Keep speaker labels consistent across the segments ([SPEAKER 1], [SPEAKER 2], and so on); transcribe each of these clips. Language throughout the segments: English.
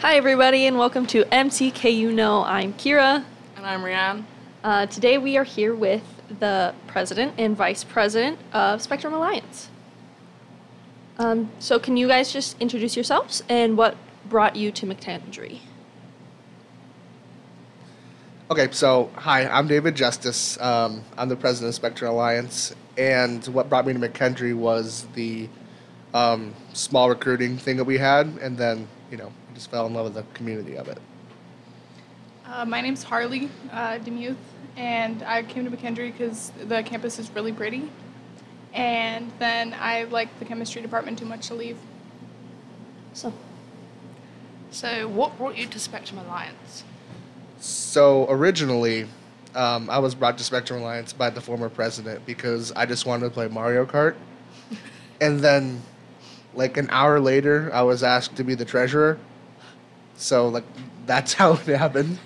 [SPEAKER 1] Hi, everybody, and welcome to MTKU Know. I'm Kira.
[SPEAKER 2] And I'm Rianne.
[SPEAKER 1] Uh, today, we are here with the president and vice president of Spectrum Alliance. Um, so, can you guys just introduce yourselves and what brought you to McTandry?
[SPEAKER 3] Okay, so hi, I'm David Justice. Um, I'm the president of Spectrum Alliance, and what brought me to McKendree was the um, small recruiting thing that we had, and then you know I just fell in love with the community of it.
[SPEAKER 4] Uh, my name's Harley uh, Demuth, and I came to McKendree because the campus is really pretty. And then I liked the chemistry department too much to leave.
[SPEAKER 1] So,
[SPEAKER 2] So, what brought you to Spectrum Alliance?
[SPEAKER 3] So originally, um, I was brought to Spectrum Alliance by the former president because I just wanted to play Mario Kart, and then like an hour later, I was asked to be the treasurer. So like that's how it happened.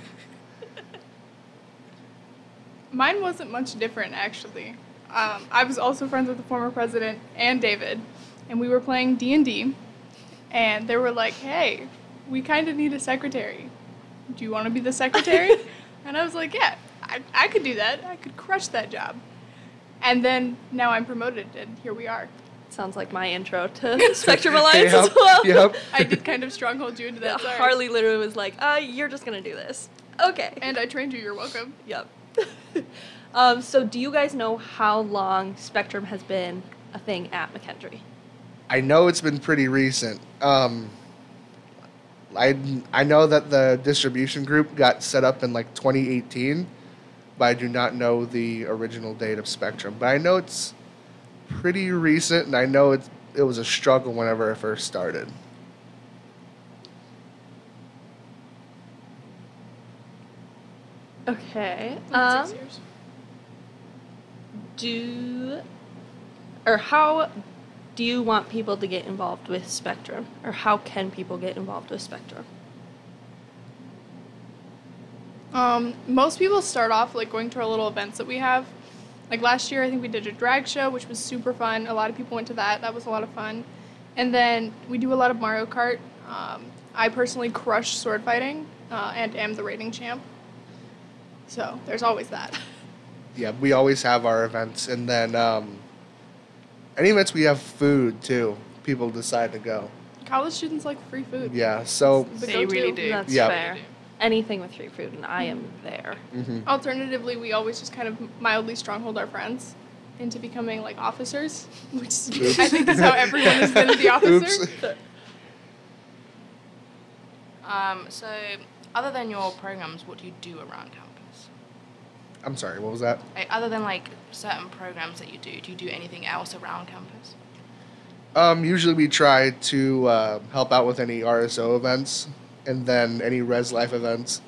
[SPEAKER 4] Mine wasn't much different, actually. Um, I was also friends with the former president and David, and we were playing D and D, and they were like, "Hey, we kind of need a secretary. Do you want to be the secretary?" and I was like, "Yeah, I, I could do that. I could crush that job." And then now I'm promoted, and here we are.
[SPEAKER 1] sounds like my intro to Spectrum Alliance as
[SPEAKER 3] Yep,
[SPEAKER 1] well.
[SPEAKER 3] Yep.
[SPEAKER 4] I did kind of stronghold you into that. Sorry.
[SPEAKER 1] Harley literally was like, uh, You're just going to do this. Okay.
[SPEAKER 4] and I trained you. You're welcome.
[SPEAKER 1] Yep. um, so, do you guys know how long Spectrum has been a thing at McKendree?
[SPEAKER 3] I know it's been pretty recent. Um, I I know that the distribution group got set up in like 2018, but I do not know the original date of Spectrum. But I know it's pretty recent, and I know it it was a struggle whenever I first started.
[SPEAKER 1] Okay.
[SPEAKER 4] Like
[SPEAKER 1] Um,
[SPEAKER 4] six years.
[SPEAKER 1] do or how do you want people to get involved with Spectrum, or how can people get involved with Spectrum?
[SPEAKER 4] Um, most people start off like going to our little events that we have. Like last year, I think we did a drag show, which was super fun. A lot of people went to that. That was a lot of fun. And then we do a lot of Mario Kart. Um, I personally crush sword fighting uh, and am the rating champ. So there's always that.
[SPEAKER 3] Yeah, we always have our events, and then um, any events we have food too. People decide to go.
[SPEAKER 4] College students like free food.
[SPEAKER 3] Yeah, so
[SPEAKER 4] The
[SPEAKER 2] they
[SPEAKER 4] go-to.
[SPEAKER 2] really do.
[SPEAKER 1] That's
[SPEAKER 3] Yeah.
[SPEAKER 1] fair. Anything with free food, and I am there.
[SPEAKER 3] mhm.
[SPEAKER 4] Alternatively, we always just kind of mildly stronghold our friends into becoming like officers, which
[SPEAKER 3] Oops.
[SPEAKER 4] I think is how everyone has been the officer.
[SPEAKER 3] Oops.
[SPEAKER 2] Um, so, other than your programs, what do you do around campus?
[SPEAKER 3] I'm sorry. What was that?
[SPEAKER 2] Like, other than like certain programs that you do, do you do anything else around campus?
[SPEAKER 3] Um, usually we try to uh, help out with any RSO events and then any Res Life events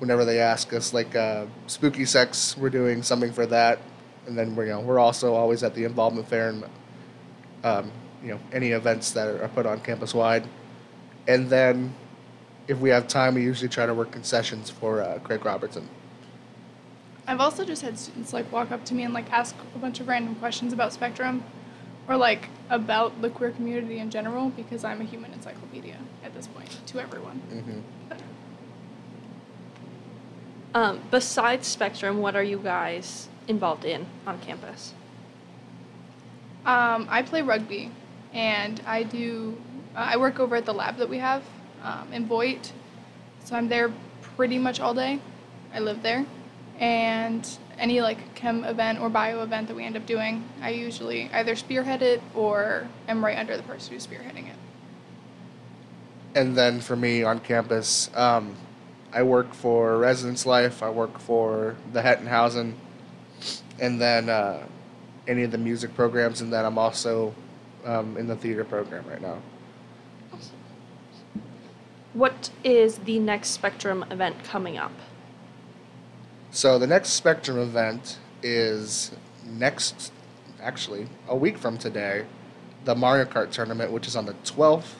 [SPEAKER 3] whenever they ask us. Like uh, Spooky Sex, we're doing something for that, and then we're you know we're also always at the involvement fair and um, you know any events that are put on campus wide, and then if we have time, we usually try to work concessions for uh, Craig Robertson.
[SPEAKER 4] I've also just had students like walk up to me and like ask a bunch of random questions about spectrum or like about the queer community in general because I'm a human encyclopedia at this point to everyone.
[SPEAKER 3] Mm-hmm.
[SPEAKER 1] Um, besides Spectrum, what are you guys involved in on campus?
[SPEAKER 4] Um, I play rugby and I do, uh, I work over at the lab that we have um, in Voight. So I'm there pretty much all day. I live there. And any like chem event or bio event that we end up doing, I usually either spearhead it or am right under the person who's spearheading it.
[SPEAKER 3] And then for me on campus, um, I work for Residence Life. I work for the Hettenhausen, and then uh, any of the music programs. And then I'm also um, in the theater program right now.
[SPEAKER 1] What is the next Spectrum event coming up?
[SPEAKER 3] So the next Spectrum event is next, actually, a week from today, the Mario Kart tournament, which is on the 12th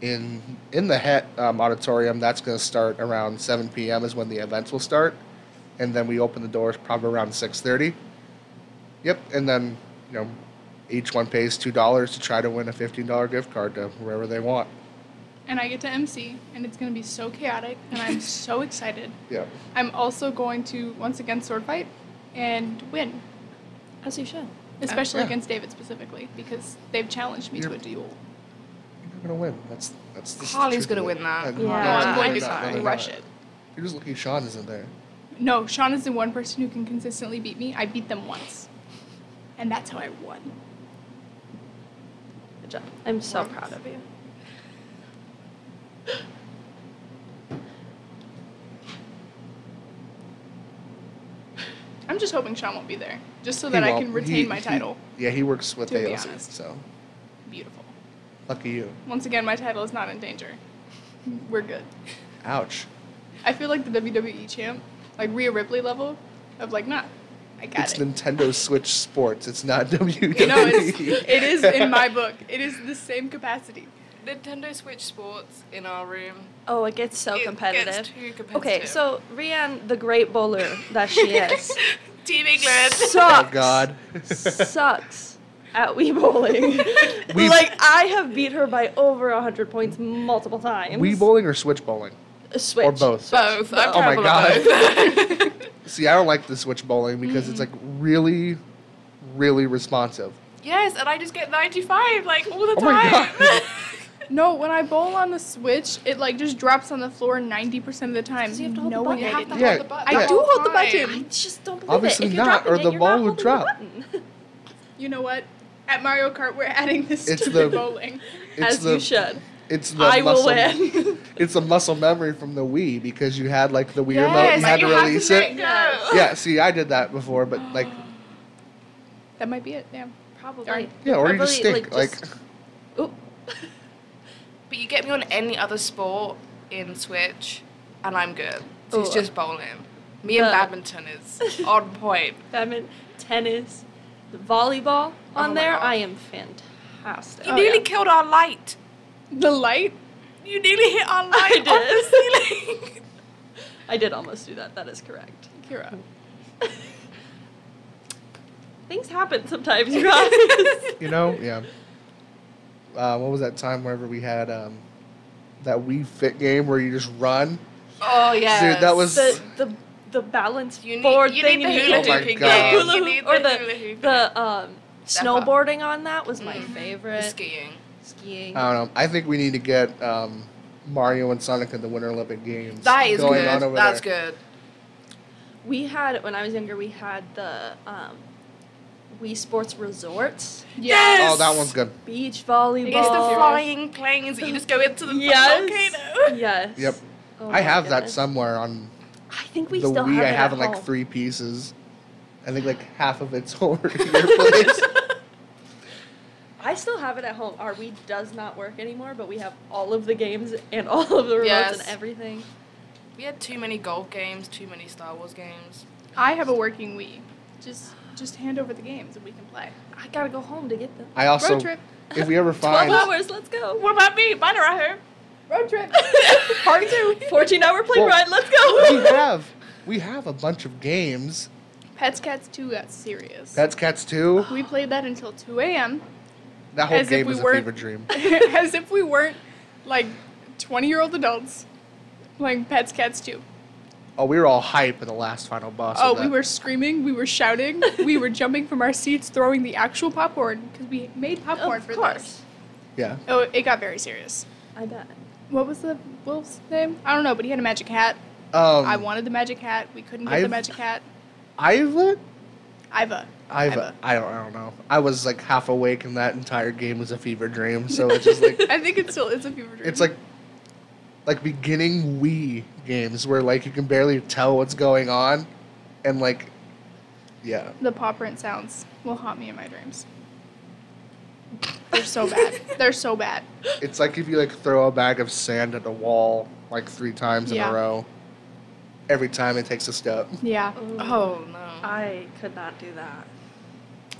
[SPEAKER 3] in in the Het um, auditorium. That's going to start around 7 p.m. is when the events will start, and then we open the doors probably around 6:30. Yep, and then you know, each one pays two dollars to try to win a $15 gift card to wherever they want.
[SPEAKER 4] and I get to MC, and it's going to be so chaotic, and I'm so excited.
[SPEAKER 3] Yeah.
[SPEAKER 4] I'm also going to once again sword fight and win,
[SPEAKER 1] As you should.
[SPEAKER 4] especially
[SPEAKER 3] yeah.
[SPEAKER 4] against David specifically because they've challenged me to
[SPEAKER 3] You're-
[SPEAKER 4] a duel.
[SPEAKER 3] You're gonna win. That's that's. that's the
[SPEAKER 2] Holly's
[SPEAKER 3] truth
[SPEAKER 2] gonna
[SPEAKER 3] of it.
[SPEAKER 2] win that.
[SPEAKER 3] And
[SPEAKER 1] Yeah.
[SPEAKER 3] no,
[SPEAKER 1] No,
[SPEAKER 3] they're
[SPEAKER 1] I'm
[SPEAKER 3] not.
[SPEAKER 2] going to
[SPEAKER 3] No,
[SPEAKER 2] try.
[SPEAKER 3] they're
[SPEAKER 4] Rush
[SPEAKER 3] not.
[SPEAKER 4] it.
[SPEAKER 3] You're just lucky Sean isn't there.
[SPEAKER 4] No, Sean is the one person who can consistently beat me. I beat them once, and that's how I won.
[SPEAKER 1] Good job. I'm so proud of you.
[SPEAKER 4] I'm just hoping Sean won't be there, just so that
[SPEAKER 3] He
[SPEAKER 4] I
[SPEAKER 3] won't.
[SPEAKER 4] can retain
[SPEAKER 3] He-
[SPEAKER 4] my
[SPEAKER 3] he-
[SPEAKER 4] title.
[SPEAKER 3] yeah, he works with
[SPEAKER 4] To be
[SPEAKER 3] AOC,
[SPEAKER 4] honest.
[SPEAKER 3] so
[SPEAKER 4] Beautiful.
[SPEAKER 3] lucky you.
[SPEAKER 4] Once again, my title is not in danger. We're good.
[SPEAKER 3] Ouch.
[SPEAKER 4] I feel like the WWE champ, like Rhea Ripley level, of like, nah, I got
[SPEAKER 3] it's
[SPEAKER 4] it.
[SPEAKER 3] Nintendo Switch Sports. It's not WWE.
[SPEAKER 4] You know, it's, it is in my book. It is the same capacity.
[SPEAKER 2] Nintendo Switch Sports in our room.
[SPEAKER 1] Oh, it gets so
[SPEAKER 2] It gets
[SPEAKER 1] competitive.
[SPEAKER 2] too
[SPEAKER 1] Okay,
[SPEAKER 2] competitive.
[SPEAKER 1] so Rian, the great bowler that she is,
[SPEAKER 2] Team England.
[SPEAKER 1] sucks.
[SPEAKER 3] oh God.
[SPEAKER 1] sucks at Wii bowling.
[SPEAKER 3] Wii-
[SPEAKER 1] like I have beat her by over hundred points multiple times.
[SPEAKER 3] Wii bowling or Switch bowling?
[SPEAKER 1] Uh, Switch
[SPEAKER 3] Or both?
[SPEAKER 2] both. I'm
[SPEAKER 3] Oh my
[SPEAKER 2] terrible at both.
[SPEAKER 3] See, I don't like the Switch bowling because it's like
[SPEAKER 4] Mm-hmm.
[SPEAKER 3] really, really responsive.
[SPEAKER 2] yes, and I just get 95 like all the
[SPEAKER 3] Oh my
[SPEAKER 2] time.
[SPEAKER 3] God.
[SPEAKER 4] No, when I bowl on the Switch, it like just drops on the floor 90% of the time.
[SPEAKER 1] you have to hold
[SPEAKER 4] no
[SPEAKER 1] the
[SPEAKER 4] one
[SPEAKER 1] button.
[SPEAKER 4] hit
[SPEAKER 1] You have
[SPEAKER 4] it.
[SPEAKER 2] to hold
[SPEAKER 3] Yeah.
[SPEAKER 2] the button.
[SPEAKER 4] I
[SPEAKER 2] the
[SPEAKER 4] do
[SPEAKER 2] whole
[SPEAKER 4] hold the
[SPEAKER 2] time.
[SPEAKER 1] I
[SPEAKER 4] button.
[SPEAKER 1] just don't believe
[SPEAKER 3] Obviously
[SPEAKER 1] it. If you're
[SPEAKER 3] not,
[SPEAKER 1] dropping
[SPEAKER 3] or
[SPEAKER 1] it,
[SPEAKER 3] the
[SPEAKER 1] you're
[SPEAKER 3] ball
[SPEAKER 1] not
[SPEAKER 3] would
[SPEAKER 1] holding the button.
[SPEAKER 4] You know what? At Mario Kart, we're adding this
[SPEAKER 3] It's
[SPEAKER 4] stupid
[SPEAKER 3] the-
[SPEAKER 4] bowling.
[SPEAKER 3] It's
[SPEAKER 1] As
[SPEAKER 3] the,
[SPEAKER 1] you should.
[SPEAKER 3] It's the
[SPEAKER 1] I will
[SPEAKER 3] muscle,
[SPEAKER 1] win.
[SPEAKER 3] It's a muscle memory from the Wii because you had like the Wii remote.
[SPEAKER 4] Yes,
[SPEAKER 3] You had
[SPEAKER 4] you
[SPEAKER 3] to
[SPEAKER 4] have to
[SPEAKER 3] release
[SPEAKER 4] let
[SPEAKER 3] it.
[SPEAKER 2] Yes.
[SPEAKER 4] go.
[SPEAKER 3] Yeah. See, I did that before, but like,
[SPEAKER 4] That might be it, yeah.
[SPEAKER 1] Probably.
[SPEAKER 4] Darn.
[SPEAKER 3] yeah, or you just
[SPEAKER 1] Probably,
[SPEAKER 3] stink.
[SPEAKER 1] like,
[SPEAKER 3] Like,
[SPEAKER 1] just- Oop.
[SPEAKER 2] But you get me on any other sport in Switch, and I'm good. So it's
[SPEAKER 1] Ooh.
[SPEAKER 2] just bowling. Me
[SPEAKER 1] The-
[SPEAKER 2] and badminton is on point.
[SPEAKER 1] Badminton, tennis, volleyball on
[SPEAKER 2] Oh my
[SPEAKER 1] there.
[SPEAKER 2] God.
[SPEAKER 1] I am fantastic.
[SPEAKER 2] You
[SPEAKER 4] Oh,
[SPEAKER 2] nearly
[SPEAKER 4] yeah.
[SPEAKER 2] killed our light.
[SPEAKER 4] The light?
[SPEAKER 2] You nearly hit our light
[SPEAKER 1] I
[SPEAKER 2] on the ceiling.
[SPEAKER 1] I did almost do that. That is correct.
[SPEAKER 4] Kira.
[SPEAKER 1] Things happen sometimes, you guys.
[SPEAKER 3] you know, yeah. Uh, what was that time whenever we had um, that Wii Fit game where you just run?
[SPEAKER 2] oh yeah.
[SPEAKER 3] Dude, that was-
[SPEAKER 1] the the the balance
[SPEAKER 2] You need,
[SPEAKER 1] board
[SPEAKER 2] you
[SPEAKER 1] thing.
[SPEAKER 2] need the
[SPEAKER 1] you
[SPEAKER 2] hula
[SPEAKER 1] need
[SPEAKER 3] Oh my
[SPEAKER 2] hooping
[SPEAKER 3] God.
[SPEAKER 1] the
[SPEAKER 2] game.
[SPEAKER 1] hula
[SPEAKER 2] You
[SPEAKER 1] hoop-
[SPEAKER 2] need
[SPEAKER 1] or
[SPEAKER 2] the, hula
[SPEAKER 1] the
[SPEAKER 2] hooping.
[SPEAKER 1] the um,
[SPEAKER 2] Step up.
[SPEAKER 1] snowboarding on that was my
[SPEAKER 2] Mhm.
[SPEAKER 1] favorite.
[SPEAKER 2] The skiing.
[SPEAKER 1] Skiing.
[SPEAKER 3] I don't know. I think we need to get um, Mario and Sonic at the Winter Olympic Games.
[SPEAKER 2] That is
[SPEAKER 3] going
[SPEAKER 2] good.
[SPEAKER 3] On over
[SPEAKER 2] That's
[SPEAKER 3] there.
[SPEAKER 2] good.
[SPEAKER 1] We had when I was younger. We had the um, Wii Sports resorts,
[SPEAKER 2] Yes.
[SPEAKER 3] Oh, that one's good.
[SPEAKER 1] beach
[SPEAKER 4] It's
[SPEAKER 1] volleyball.
[SPEAKER 2] It's the
[SPEAKER 4] Ball.
[SPEAKER 2] flying planes that you just go into the
[SPEAKER 1] yes.
[SPEAKER 2] volcano.
[SPEAKER 1] Yes.
[SPEAKER 3] Yep.
[SPEAKER 1] Oh my
[SPEAKER 3] I have that
[SPEAKER 1] goodness.
[SPEAKER 3] somewhere on
[SPEAKER 1] I think we
[SPEAKER 3] the
[SPEAKER 1] still
[SPEAKER 3] Wii.
[SPEAKER 1] have
[SPEAKER 3] I
[SPEAKER 1] it
[SPEAKER 3] have
[SPEAKER 1] at
[SPEAKER 3] in like
[SPEAKER 1] home.
[SPEAKER 3] three pieces. I think like half of it's over at your place.
[SPEAKER 1] I still have it at home. Our Wii does not work anymore, but we have all of the games and all of the remotes
[SPEAKER 2] Yes.
[SPEAKER 1] and everything.
[SPEAKER 2] We had too many golf games, too many Star Wars games.
[SPEAKER 4] I have a working Wii. Just just hand over the games and we can play.
[SPEAKER 1] I gotta go home to get them.
[SPEAKER 3] I also,
[SPEAKER 4] Road trip.
[SPEAKER 3] if we ever
[SPEAKER 1] Twelve
[SPEAKER 3] find,
[SPEAKER 1] hours. Let's go.
[SPEAKER 2] What about me? Mine are at home.
[SPEAKER 4] Road trip.
[SPEAKER 1] Part two. Fourteen hour plane
[SPEAKER 3] Well-
[SPEAKER 1] ride. Let's
[SPEAKER 3] we
[SPEAKER 1] go.
[SPEAKER 3] have we have a bunch of games.
[SPEAKER 4] Pets Cats 2 got serious.
[SPEAKER 3] Pets Cats Two.
[SPEAKER 4] we played that until 2 a.m.
[SPEAKER 3] That whole
[SPEAKER 4] As if
[SPEAKER 3] game
[SPEAKER 4] we
[SPEAKER 3] is a
[SPEAKER 4] weren't-
[SPEAKER 3] fever dream.
[SPEAKER 4] as if we weren't like 20 year old adults playing Pets Cats 2.
[SPEAKER 3] Oh, we were all hype in the last final boss.
[SPEAKER 4] Oh,
[SPEAKER 3] of
[SPEAKER 4] we
[SPEAKER 3] that.
[SPEAKER 4] were screaming, we were shouting, we were jumping from our seats, throwing the actual popcorn because we made popcorn
[SPEAKER 1] of
[SPEAKER 4] for
[SPEAKER 1] course.
[SPEAKER 4] this.
[SPEAKER 3] Yeah.
[SPEAKER 4] Oh, it got very serious.
[SPEAKER 1] I bet.
[SPEAKER 4] What was the wolf's name? I don't know, but he had a magic hat.
[SPEAKER 3] Um,
[SPEAKER 4] I wanted the magic hat. We couldn't get
[SPEAKER 3] I've-
[SPEAKER 4] the magic hat.
[SPEAKER 3] Iva.
[SPEAKER 4] Iva.
[SPEAKER 3] Iva.
[SPEAKER 4] Iva.
[SPEAKER 3] I don't. I don't know. I was like half awake, and that entire game was a fever dream. So it's just like
[SPEAKER 4] I think it still is a fever dream.
[SPEAKER 3] it's like like beginning Wii games where like you can barely tell what's going on, and like yeah.
[SPEAKER 4] the paw print sounds will haunt me in my dreams. They're so bad. They're so bad.
[SPEAKER 3] It's like if you like throw a bag of sand at a wall like three times in
[SPEAKER 4] Yeah.
[SPEAKER 3] a row. Every time it takes a step.
[SPEAKER 4] Yeah.
[SPEAKER 1] Ooh.
[SPEAKER 2] Oh no.
[SPEAKER 1] I could not do that.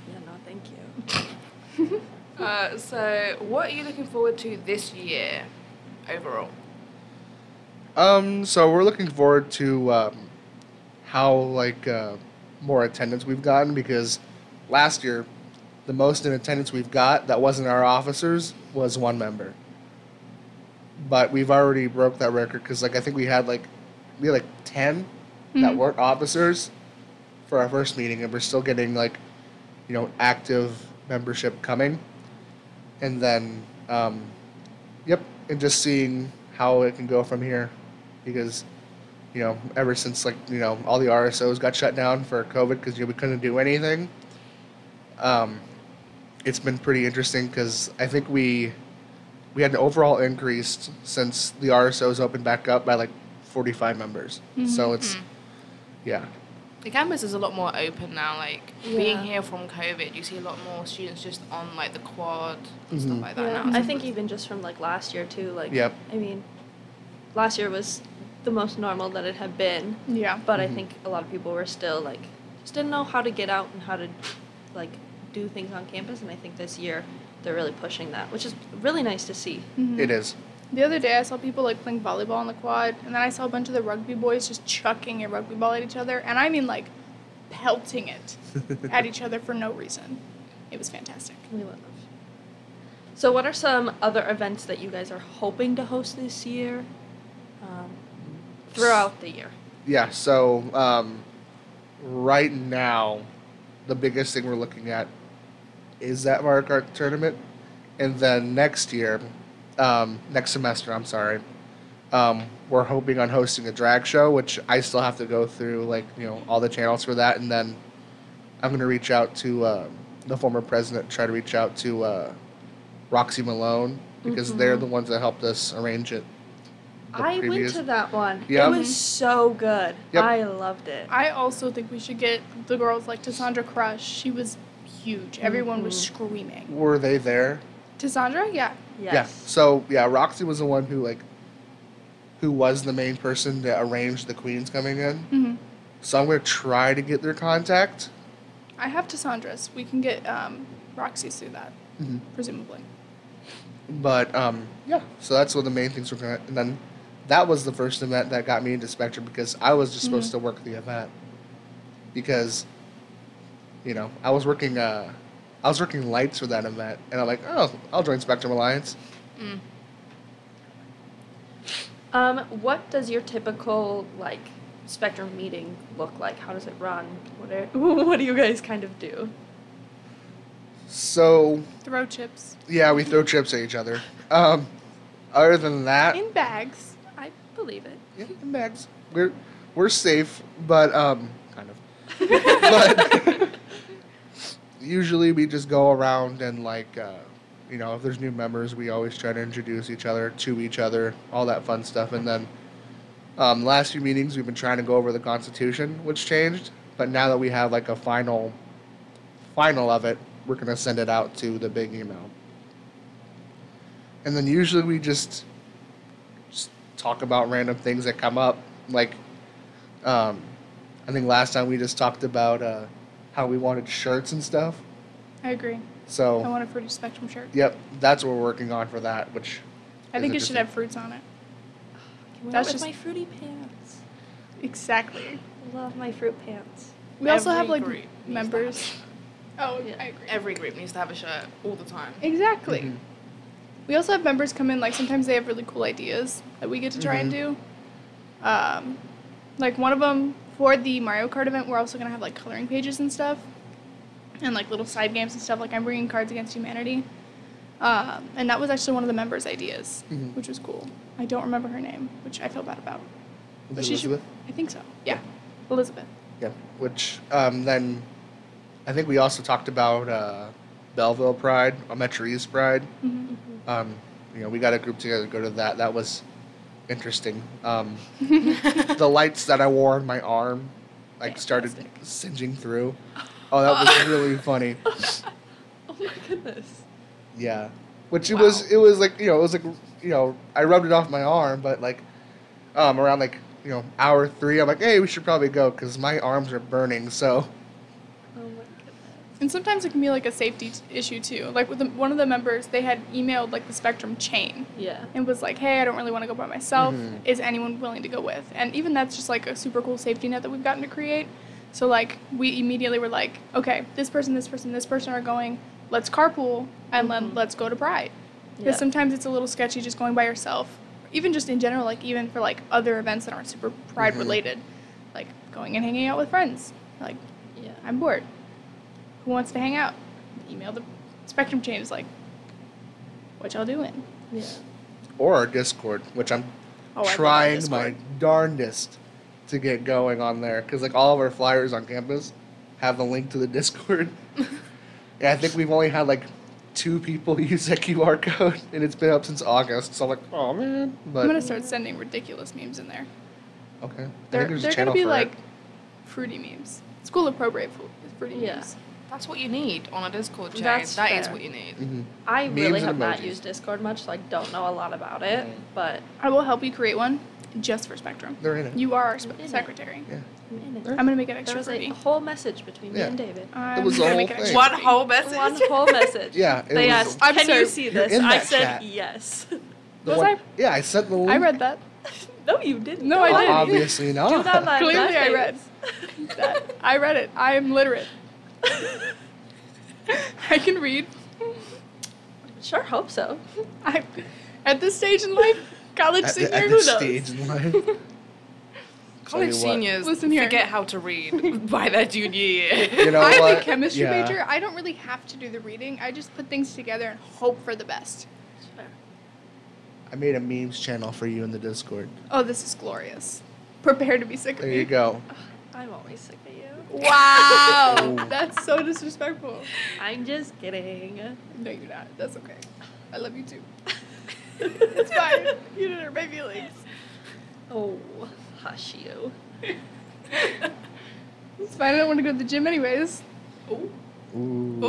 [SPEAKER 1] Yeah. No, thank you.
[SPEAKER 2] Uh, so, what are you looking forward to this year, overall?
[SPEAKER 3] Um, so we're looking forward to um, how like uh, more attendance we've gotten because last year the most in attendance we've got that wasn't our officers was one member. but we've already broke that record because like I think we had like we had like 10 that
[SPEAKER 4] Mhm.
[SPEAKER 3] weren't officers for our first meeting, and we're still getting like you know active membership coming, and then um, yep, and just seeing how it can go from here because. You know, ever since like you know all the RSOs got shut down for COVID because you know, we couldn't do anything, um, it's been pretty interesting because I think we we had an overall increase since the RSOs opened back up by like 45 members. So it's yeah,
[SPEAKER 2] The campus is a lot more open now. Like
[SPEAKER 1] Yeah.
[SPEAKER 2] being here from COVID, you see a lot more students just on like the quad and stuff
[SPEAKER 3] Mhm.
[SPEAKER 2] like that
[SPEAKER 1] Yeah,
[SPEAKER 2] now.
[SPEAKER 1] I think even just from like last year too. Like,
[SPEAKER 3] Yep.
[SPEAKER 1] I mean, last year was the most normal that it had been,
[SPEAKER 4] Yeah.
[SPEAKER 1] but I
[SPEAKER 3] Mhm.
[SPEAKER 1] think a lot of people were still like just didn't know how to get out and how to like do things on campus. And I think this year they're really pushing that, which is really nice to see.
[SPEAKER 4] Mhm.
[SPEAKER 3] it is.
[SPEAKER 4] The other day, I saw people like playing volleyball on the quad, and then I saw a bunch of the rugby boys just chucking a rugby ball at each other, and I mean like pelting it at each other for no reason. It was fantastic.
[SPEAKER 1] We love. So, what are some other events that you guys are hoping to host this year? Um, throughout the year.
[SPEAKER 3] Yeah, so um, right now, the biggest thing we're looking at is that Mario Kart tournament, and then next year, um, next semester, I'm sorry, um, we're hoping on hosting a drag show, which I still have to go through like you know all the channels for that, and then I'm gonna reach out to um the former president, try to reach out to uh, Roxy Malone because they're the ones that helped us arrange it. the
[SPEAKER 1] Mm-hmm. I went
[SPEAKER 3] previous-
[SPEAKER 1] to that one.
[SPEAKER 3] Yep.
[SPEAKER 1] It was so good.
[SPEAKER 3] Yep.
[SPEAKER 1] I loved it.
[SPEAKER 4] I also think we should get the girls like Tassandra Crush. She was huge. Everyone was screaming.
[SPEAKER 3] Were they there?
[SPEAKER 4] Tassandra, yeah.
[SPEAKER 3] Yeah. So yeah, Roxy was the one who like who was the main person that arranged the queens coming in.
[SPEAKER 4] hmm
[SPEAKER 3] So I'm gonna try to get their contact.
[SPEAKER 4] I have Tassandra's. We can get um, Roxy's through that,
[SPEAKER 3] Mhm.
[SPEAKER 4] presumably.
[SPEAKER 3] But um yeah, so that's one of the main things we're gonna and then that was the first event that got me into Spectrum because I was just supposed to work the event. Because you know, I was working uh I was working lights for that event and I'm like, oh, I'll join Spectrum Alliance.
[SPEAKER 2] Mm.
[SPEAKER 1] Um, what does your typical like spectrum meeting look like? How does it run? What are, what do you guys kind of do?
[SPEAKER 3] So
[SPEAKER 4] Throw chips
[SPEAKER 3] yeah, we throw chips at each other. Um other than that
[SPEAKER 4] in bags. I believe it.
[SPEAKER 3] Yeah, in bags. We're we're safe, but um, kind of. but usually we just go around and like, uh, you know, if there's new members, we always try to introduce each other to each other, all that fun stuff, and then. Um, last few meetings, we've been trying to go over the Constitution, which changed, but now that we have like a final, final of it, we're gonna send it out to the big email. And then usually we just just talk about random things that come up. Like, um, I think last time we just talked about uh, how we wanted shirts and stuff.
[SPEAKER 4] I agree. I
[SPEAKER 3] So,
[SPEAKER 4] want a fruity spectrum shirt.
[SPEAKER 3] yep, that's what we're working on for that. Which
[SPEAKER 4] I
[SPEAKER 3] is
[SPEAKER 4] think it
[SPEAKER 3] interesting.
[SPEAKER 4] should have fruits on it.
[SPEAKER 1] Can we
[SPEAKER 4] That's
[SPEAKER 1] That's with my
[SPEAKER 4] just-
[SPEAKER 1] fruity pants.
[SPEAKER 4] Exactly.
[SPEAKER 1] Love my fruit pants.
[SPEAKER 4] We also have
[SPEAKER 2] Every
[SPEAKER 4] like
[SPEAKER 2] group needs
[SPEAKER 4] members. Oh,
[SPEAKER 1] Yeah.
[SPEAKER 4] I agree.
[SPEAKER 2] Every group needs to have a shirt all the time.
[SPEAKER 4] exactly.
[SPEAKER 3] Mhm.
[SPEAKER 4] We also have members come in. Like sometimes they have really cool ideas that we get to try and do. Um, like one of them for the Mario Kart event, we're also gonna have like coloring pages and stuff, and like little side games and stuff. Like I'm bringing Cards Against Humanity, um, and that was actually one of the members' ideas,
[SPEAKER 3] Mhm.
[SPEAKER 4] which was cool. I don't remember her name, which I feel bad about. But she should-
[SPEAKER 3] Elizabeth?
[SPEAKER 4] I think so. Yeah, Elizabeth.
[SPEAKER 3] Yeah. Which um, then, I think we also talked about uh, Belleville Pride, Metro East Pride.
[SPEAKER 4] Mhm.
[SPEAKER 3] Um, you know, we got a group together to go to that. That was interesting. Um, the lights that I wore on my arm, like, started singeing through. Oh, that was really funny.
[SPEAKER 1] Oh my goodness.
[SPEAKER 3] Yeah, which it was. It was like you know, it was like you know, I rubbed it off my arm, but like, um, around like you know, hour three, I'm like, hey, we should probably go because my arms are burning. So
[SPEAKER 1] Oh my goodness.
[SPEAKER 4] And sometimes it can be like a safety t- issue too. Like with the, one of the members, they had emailed like the Spectrum chain
[SPEAKER 1] Yeah.
[SPEAKER 4] and was like, "Hey, I don't really want to go by myself.
[SPEAKER 3] Mhm.
[SPEAKER 4] Is anyone willing to go with?" And even that's just like a super cool safety net that we've gotten to create. So like we immediately were like, "Okay, this person, this person, this person are going. Let's carpool and then let's go to Pride." Because
[SPEAKER 1] Yeah.
[SPEAKER 4] sometimes it's a little sketchy just going by yourself. even just in general, like even for like other events that aren't super pride
[SPEAKER 3] Mhm.
[SPEAKER 4] related, like going and hanging out with friends. Like
[SPEAKER 1] Yeah.
[SPEAKER 4] I'm bored. Who wants to hang out? Email the Spectrum chain is like, what y'all doing?
[SPEAKER 1] Yeah.
[SPEAKER 3] or our Discord, which I'm
[SPEAKER 4] Oh, I love our
[SPEAKER 3] trying
[SPEAKER 4] Discord.
[SPEAKER 3] my darndest to get going on there because like all of our flyers on campus have a link to the Discord. and I think we've only had like two people use that QR code, and it's been up since August. So I'm like, oh man, but
[SPEAKER 4] I'm gonna start sending ridiculous memes in there.
[SPEAKER 3] okay, I think
[SPEAKER 4] They're
[SPEAKER 3] there's a
[SPEAKER 4] they're gonna
[SPEAKER 3] channel
[SPEAKER 4] be
[SPEAKER 3] for it.
[SPEAKER 4] like fruity memes. School appropriate fru- fruity
[SPEAKER 1] Yeah.
[SPEAKER 4] memes.
[SPEAKER 2] That's what you need on a Discord chain. That
[SPEAKER 1] That's
[SPEAKER 2] is
[SPEAKER 1] fair.
[SPEAKER 2] what you need.
[SPEAKER 3] Mhm.
[SPEAKER 1] I
[SPEAKER 3] Memes
[SPEAKER 1] really
[SPEAKER 3] and
[SPEAKER 1] have not
[SPEAKER 3] emojis.
[SPEAKER 1] used Discord much, so I don't know a lot about it.
[SPEAKER 3] Mm.
[SPEAKER 1] But
[SPEAKER 4] I will help you create one just for Spectrum.
[SPEAKER 3] they're in it.
[SPEAKER 4] You are our spe-
[SPEAKER 1] Yeah.
[SPEAKER 4] secretary.
[SPEAKER 3] yeah,
[SPEAKER 1] man,
[SPEAKER 3] There
[SPEAKER 1] there
[SPEAKER 4] I'm gonna make it extra
[SPEAKER 1] was a
[SPEAKER 4] fruity.
[SPEAKER 1] whole message between me
[SPEAKER 3] Yeah.
[SPEAKER 1] and David.
[SPEAKER 4] I'm
[SPEAKER 3] was the
[SPEAKER 4] gonna
[SPEAKER 3] whole
[SPEAKER 4] make it extra
[SPEAKER 3] thing.
[SPEAKER 2] One
[SPEAKER 4] fruity.
[SPEAKER 2] whole message.
[SPEAKER 1] One whole message.
[SPEAKER 3] yeah. It
[SPEAKER 1] They
[SPEAKER 3] was
[SPEAKER 1] asked,
[SPEAKER 4] I'm
[SPEAKER 1] "Can
[SPEAKER 4] so-
[SPEAKER 1] you see
[SPEAKER 3] you're
[SPEAKER 1] this?"
[SPEAKER 3] in
[SPEAKER 1] I
[SPEAKER 3] that
[SPEAKER 1] said,
[SPEAKER 3] chat.
[SPEAKER 1] "Yes."
[SPEAKER 3] the
[SPEAKER 4] was
[SPEAKER 3] one-
[SPEAKER 4] I-
[SPEAKER 3] Yeah, I sent the link.
[SPEAKER 4] I read that.
[SPEAKER 1] no, you didn't.
[SPEAKER 4] No, I
[SPEAKER 1] Why
[SPEAKER 4] did.
[SPEAKER 1] you
[SPEAKER 3] Obviously not.
[SPEAKER 1] Do that my
[SPEAKER 4] Clearly I read.
[SPEAKER 1] face?
[SPEAKER 4] That- I read it. I am literate. I can read.
[SPEAKER 1] sure hope so.
[SPEAKER 4] I, at this stage in life, college
[SPEAKER 3] at,
[SPEAKER 4] senior,
[SPEAKER 3] the- at
[SPEAKER 4] who
[SPEAKER 3] this
[SPEAKER 4] knows?
[SPEAKER 3] stage in life.
[SPEAKER 2] College
[SPEAKER 3] Tell you what.
[SPEAKER 2] seniors
[SPEAKER 4] Listen here.
[SPEAKER 2] forget how to read by their junior year.
[SPEAKER 3] You know
[SPEAKER 4] I'm
[SPEAKER 3] what?
[SPEAKER 4] a chemistry
[SPEAKER 3] Yeah.
[SPEAKER 4] major. I don't really have to do the reading. I just put things together and hope for the best.
[SPEAKER 3] I made a memes channel for you in the Discord.
[SPEAKER 4] Oh, this is glorious. Prepare to be sick of
[SPEAKER 3] There
[SPEAKER 4] me.
[SPEAKER 3] you go.
[SPEAKER 1] I'm always sick of you.
[SPEAKER 4] Wow,
[SPEAKER 3] Ooh.
[SPEAKER 4] Oh, that's so disrespectful.
[SPEAKER 1] I'm just kidding.
[SPEAKER 4] No, you're not. That's okay. I love you too. It's fine. you didn't hurt my feelings.
[SPEAKER 1] Oh, hush you.
[SPEAKER 4] It's fine. I don't want to go to the gym anyways.
[SPEAKER 1] Oh,
[SPEAKER 3] Ooh.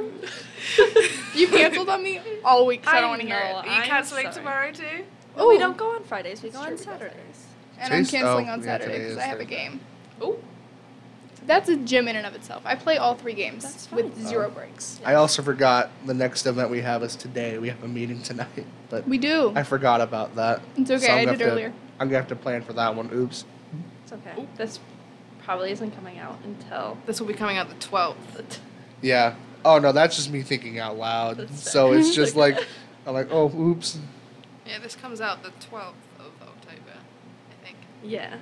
[SPEAKER 4] Ooh. you canceled on me all week, so I, don't want to hear
[SPEAKER 1] know.
[SPEAKER 4] it.
[SPEAKER 2] Are
[SPEAKER 1] I'm
[SPEAKER 2] you canceling
[SPEAKER 1] sorry.
[SPEAKER 2] tomorrow too?
[SPEAKER 1] Oh, we
[SPEAKER 4] Ooh.
[SPEAKER 1] don't go on Fridays. We
[SPEAKER 4] It's
[SPEAKER 1] go
[SPEAKER 4] true,
[SPEAKER 1] on
[SPEAKER 4] we go
[SPEAKER 1] Saturdays.
[SPEAKER 4] And I'm
[SPEAKER 3] Today's-
[SPEAKER 4] canceling
[SPEAKER 3] oh,
[SPEAKER 4] on
[SPEAKER 3] yeah,
[SPEAKER 4] Saturday
[SPEAKER 3] today
[SPEAKER 4] because
[SPEAKER 3] is
[SPEAKER 4] I have a
[SPEAKER 3] Thursday.
[SPEAKER 4] game.
[SPEAKER 1] Oh,
[SPEAKER 4] That's a gym in and of itself. I play all three games
[SPEAKER 1] That's
[SPEAKER 4] with
[SPEAKER 1] fine.
[SPEAKER 4] zero
[SPEAKER 3] Oh.
[SPEAKER 4] breaks.
[SPEAKER 3] I also forgot the next event we have is today. We have a meeting tonight, but
[SPEAKER 4] We do.
[SPEAKER 3] I forgot about that.
[SPEAKER 4] It's okay.
[SPEAKER 3] I'm
[SPEAKER 4] I
[SPEAKER 3] gonna
[SPEAKER 4] did
[SPEAKER 3] have to-
[SPEAKER 4] earlier.
[SPEAKER 3] I'm gonna have to plan for that one. Oops.
[SPEAKER 1] it's okay.
[SPEAKER 2] Ooh.
[SPEAKER 1] This probably isn't coming out until
[SPEAKER 2] This will be coming out the 12th.
[SPEAKER 1] the t-
[SPEAKER 3] Yeah. Oh no, that's just me thinking out loud.
[SPEAKER 1] That's
[SPEAKER 3] so
[SPEAKER 1] sad.
[SPEAKER 3] it's just like I'm like, oh, oops.
[SPEAKER 2] Yeah, this comes out the 12th of October, I think.
[SPEAKER 1] yeah.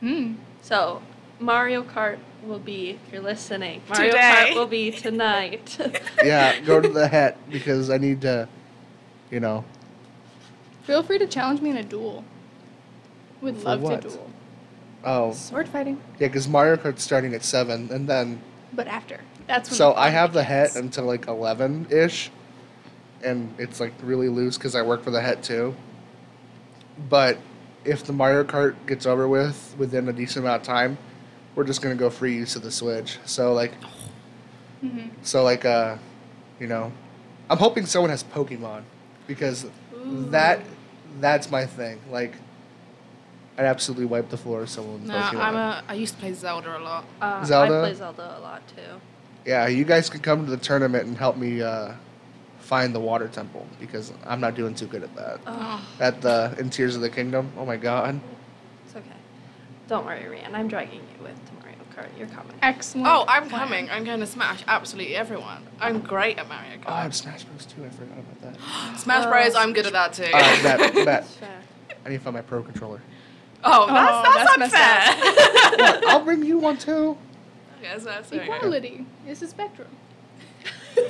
[SPEAKER 4] Hmm.
[SPEAKER 1] So Mario Kart will be if you're listening. Mario
[SPEAKER 2] Today.
[SPEAKER 1] Kart will be tonight.
[SPEAKER 3] Yeah, go to the hat because I need to, you know.
[SPEAKER 4] Feel free to challenge me in a duel. Would
[SPEAKER 3] For
[SPEAKER 4] love
[SPEAKER 3] what?
[SPEAKER 4] to duel.
[SPEAKER 3] Oh
[SPEAKER 4] Sword fighting,
[SPEAKER 3] yeah, because Mario Kart's starting at seven, and then
[SPEAKER 4] but after. That's when
[SPEAKER 3] so
[SPEAKER 4] the
[SPEAKER 3] I
[SPEAKER 4] fun
[SPEAKER 3] have the
[SPEAKER 4] begins.
[SPEAKER 3] het until like eleven ish, and it's like really loose because I work for the het too. But if the Mario Kart gets over with within a decent amount of time, we're just gonna go free use of the Switch. So like,
[SPEAKER 4] Mhm.
[SPEAKER 3] so like, uh, you know, I'm hoping someone has Pokemon because that that's my thing. Like, I'd absolutely wipe the floor if someone. with
[SPEAKER 2] No,
[SPEAKER 3] Pokemon.
[SPEAKER 2] I'm a. I used to play Zelda a lot.
[SPEAKER 1] Uh,
[SPEAKER 3] Zelda?
[SPEAKER 1] I play Zelda a lot too.
[SPEAKER 3] Yeah, you guys can come to the tournament and help me uh, find the water temple because I'm not doing too good at that.
[SPEAKER 1] Oh,
[SPEAKER 3] At the in Tears of the Kingdom. Oh my god.
[SPEAKER 1] it's okay. Don't worry, Rian. I'm dragging you with to Mario Kart. You're coming.
[SPEAKER 4] Excellent.
[SPEAKER 2] Oh, I'm
[SPEAKER 4] plan.
[SPEAKER 2] coming. I'm going to smash absolutely everyone. I'm great at Mario
[SPEAKER 3] Oh, I have
[SPEAKER 2] Kart.
[SPEAKER 3] Smash Bros. too. I forgot about that.
[SPEAKER 2] Smash
[SPEAKER 1] Oh.
[SPEAKER 2] Bros. I'm good at that too.
[SPEAKER 3] All right, Matt.
[SPEAKER 1] That's
[SPEAKER 3] Matt,
[SPEAKER 1] fair.
[SPEAKER 3] I need to find my pro controller.
[SPEAKER 2] oh,
[SPEAKER 4] Oh,
[SPEAKER 2] that's, that's,
[SPEAKER 4] that's messed up.
[SPEAKER 2] unfair.
[SPEAKER 3] What? I'll bring you one too.
[SPEAKER 2] okay, that's, that's very good.
[SPEAKER 4] Equality is a spectrum.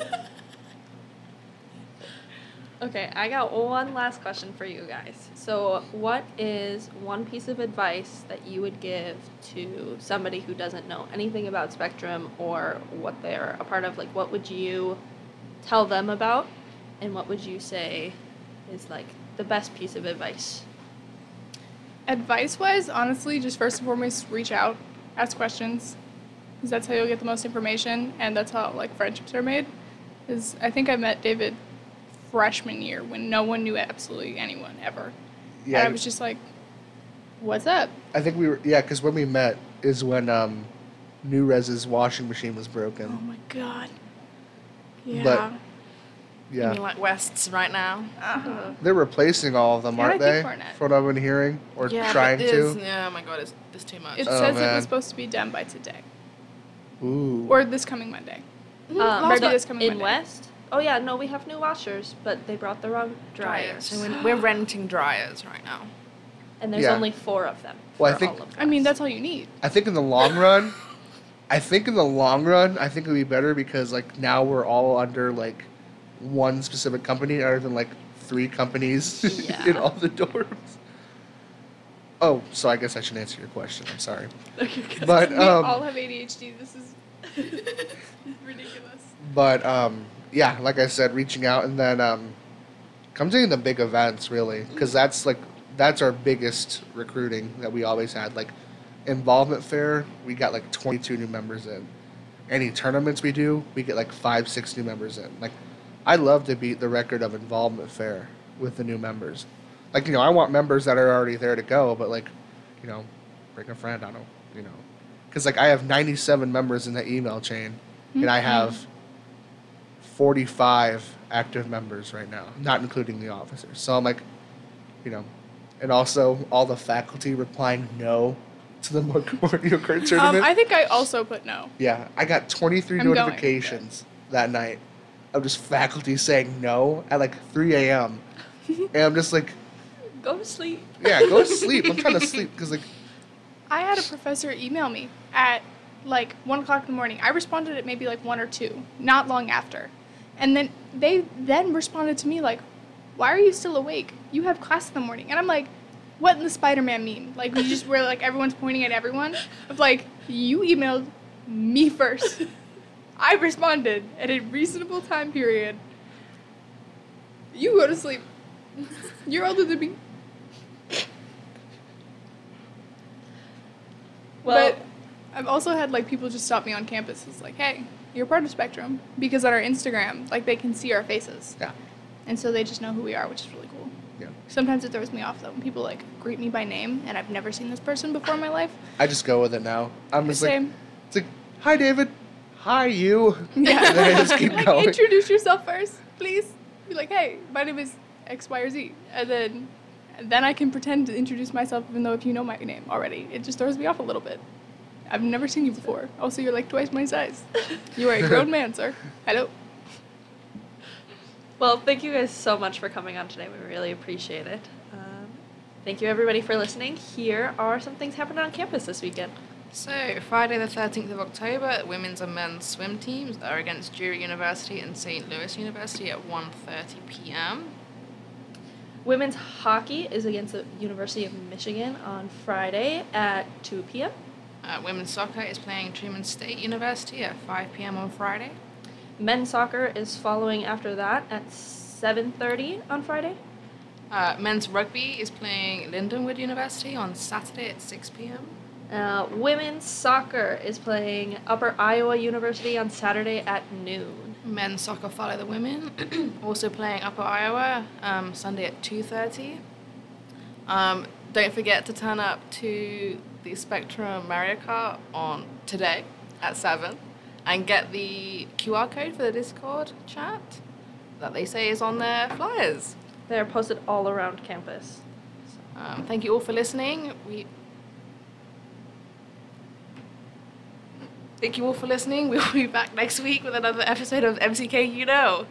[SPEAKER 1] Okay, I got one last question for you guys. So, what is one piece of advice that you would give to somebody who doesn't know anything about Spectrum or what they're a part of? Like, what would you tell them about, and what would you say is like the best piece of advice?
[SPEAKER 4] Advice wise, honestly, just first and foremost, reach out, ask questions, because that's how you'll get the most information, and that's how like friendships are made. Is I think I met David freshman year when no one knew absolutely anyone ever,
[SPEAKER 3] Yeah.
[SPEAKER 4] and I was just like, "What's up?"
[SPEAKER 3] I think we were yeah, because when we met is when um New Rez's washing machine was broken.
[SPEAKER 4] Oh my god. Yeah.
[SPEAKER 3] But-
[SPEAKER 2] You
[SPEAKER 3] yeah.
[SPEAKER 2] mean like Wests right now?
[SPEAKER 4] uh-huh.
[SPEAKER 3] They're replacing all of them,
[SPEAKER 4] Yeah,
[SPEAKER 3] aren't
[SPEAKER 4] I
[SPEAKER 3] they?
[SPEAKER 4] think we're not.
[SPEAKER 3] From what I've been hearing or
[SPEAKER 2] yeah,
[SPEAKER 3] trying
[SPEAKER 2] but this,
[SPEAKER 3] to.
[SPEAKER 2] Yeah, oh my god, it's, it's too much.
[SPEAKER 4] It
[SPEAKER 3] Oh,
[SPEAKER 4] says it
[SPEAKER 3] man.
[SPEAKER 4] was supposed to be done by today
[SPEAKER 3] Ooh.
[SPEAKER 4] or this coming Monday.
[SPEAKER 1] Um,
[SPEAKER 4] Maybe
[SPEAKER 1] but
[SPEAKER 4] Mm-hmm. this coming
[SPEAKER 1] in
[SPEAKER 4] Monday.
[SPEAKER 1] West. oh yeah, no, we have new washers, but they brought the wrong dryers.
[SPEAKER 2] So we're, we're renting dryers right now.
[SPEAKER 1] and there's
[SPEAKER 3] Yeah.
[SPEAKER 1] only four of them.
[SPEAKER 3] Well, I
[SPEAKER 1] for
[SPEAKER 3] think-
[SPEAKER 1] all of
[SPEAKER 4] I mean,
[SPEAKER 1] us.
[SPEAKER 4] that's all you need.
[SPEAKER 3] I think in the long run, I think in the long run, I think it'd be better because like now we're all under like one specific company, other than like three companies in
[SPEAKER 1] Yeah.
[SPEAKER 3] all the dorms. Oh, so I guess I should answer your question. I'm sorry, but
[SPEAKER 4] we
[SPEAKER 3] um,
[SPEAKER 4] all have ADHD. This is ridiculous.
[SPEAKER 3] but um, yeah, like I said, reaching out and then um, come to the big events really, because that's like that's our biggest recruiting that we always had. Like involvement fair, we got like 22 new members in. Any tournaments we do, we get like five, six new members in. Like I love to beat the record of involvement fair with the new members. Like you know, I want members that are already there to go, but like you know, bring a friend. I don't you know, because like I have 97 members in the email chain, and I have 45 active members right now, not including the officers. So I'm like, you know, and also all the faculty replying no to the Memorial Court
[SPEAKER 4] Um,
[SPEAKER 3] tournament.
[SPEAKER 4] I think I also put no.
[SPEAKER 3] yeah, I got 23
[SPEAKER 4] I'm going.
[SPEAKER 3] notifications that night of just faculty saying no at like 3 a.m. and I'm just like,
[SPEAKER 1] go to sleep.
[SPEAKER 3] yeah, go to sleep. I'm trying to sleep because like,
[SPEAKER 4] I had a professor email me at like one o'clock in the morning. I responded at maybe like one or two, not long after, and then they then responded to me like, "Why are you still awake? You have class in the morning." And I'm like, "What in the Spider-Man meme? Like we just where like everyone's pointing at everyone of like you emailed me first. I responded at a reasonable time period. You go to sleep. You're older than me."
[SPEAKER 1] Well,
[SPEAKER 4] but I've also had like people just stop me on campus. It's like, hey, you're part of Spectrum because on our Instagram, like they can see our faces,
[SPEAKER 3] yeah,
[SPEAKER 4] and so they just know who we are, which is really cool.
[SPEAKER 3] yeah.
[SPEAKER 4] Sometimes it throws me off though when people like greet me by name and I've never seen this person before in my life.
[SPEAKER 3] I just go with it now. I'm just
[SPEAKER 4] Same.
[SPEAKER 3] like, it's like, hi David, hi you.
[SPEAKER 4] Yeah.
[SPEAKER 3] And then I just keep
[SPEAKER 4] like
[SPEAKER 3] going.
[SPEAKER 4] introduce yourself first, please. Be like, hey, my name is X, Y, or Z, and then and then I can pretend to introduce myself, even though if you know my name already, it just throws me off a little bit. I've never seen you before. Also, you're like twice my size. You are a grown man, sir. Hello.
[SPEAKER 1] well, thank you guys so much for coming on today. We really appreciate it. Um, thank you everybody for listening. Here are some things happening on campus this weekend.
[SPEAKER 2] So, Friday the 13th of October, women's and men's swim teams are against Drury University and St. Louis University at 1.30 p.m.
[SPEAKER 1] Women's hockey is against the University of Michigan on Friday at 2 p.m.
[SPEAKER 2] Uh, women's soccer is playing Truman State University at 5 p.m. on Friday.
[SPEAKER 1] Men's soccer is following after that at 7:30 on Friday.
[SPEAKER 2] Uh, men's rugby is playing Lindenwood University on Saturday at 6 p.m.
[SPEAKER 1] Uh, women's soccer is playing Upper Iowa University on Saturday at noon.
[SPEAKER 2] Men's soccer follow the women, also playing Upper Iowa um, Sunday at 2.30. Um, don't forget to turn up to the Spectrum Mario Kart on today at 7 and get the QR code for the Discord chat that they say is on their flyers.
[SPEAKER 1] They are posted all around campus.
[SPEAKER 2] Um, thank you all for listening. We thank you all for listening. We will be back next week with another episode of MCK You Know.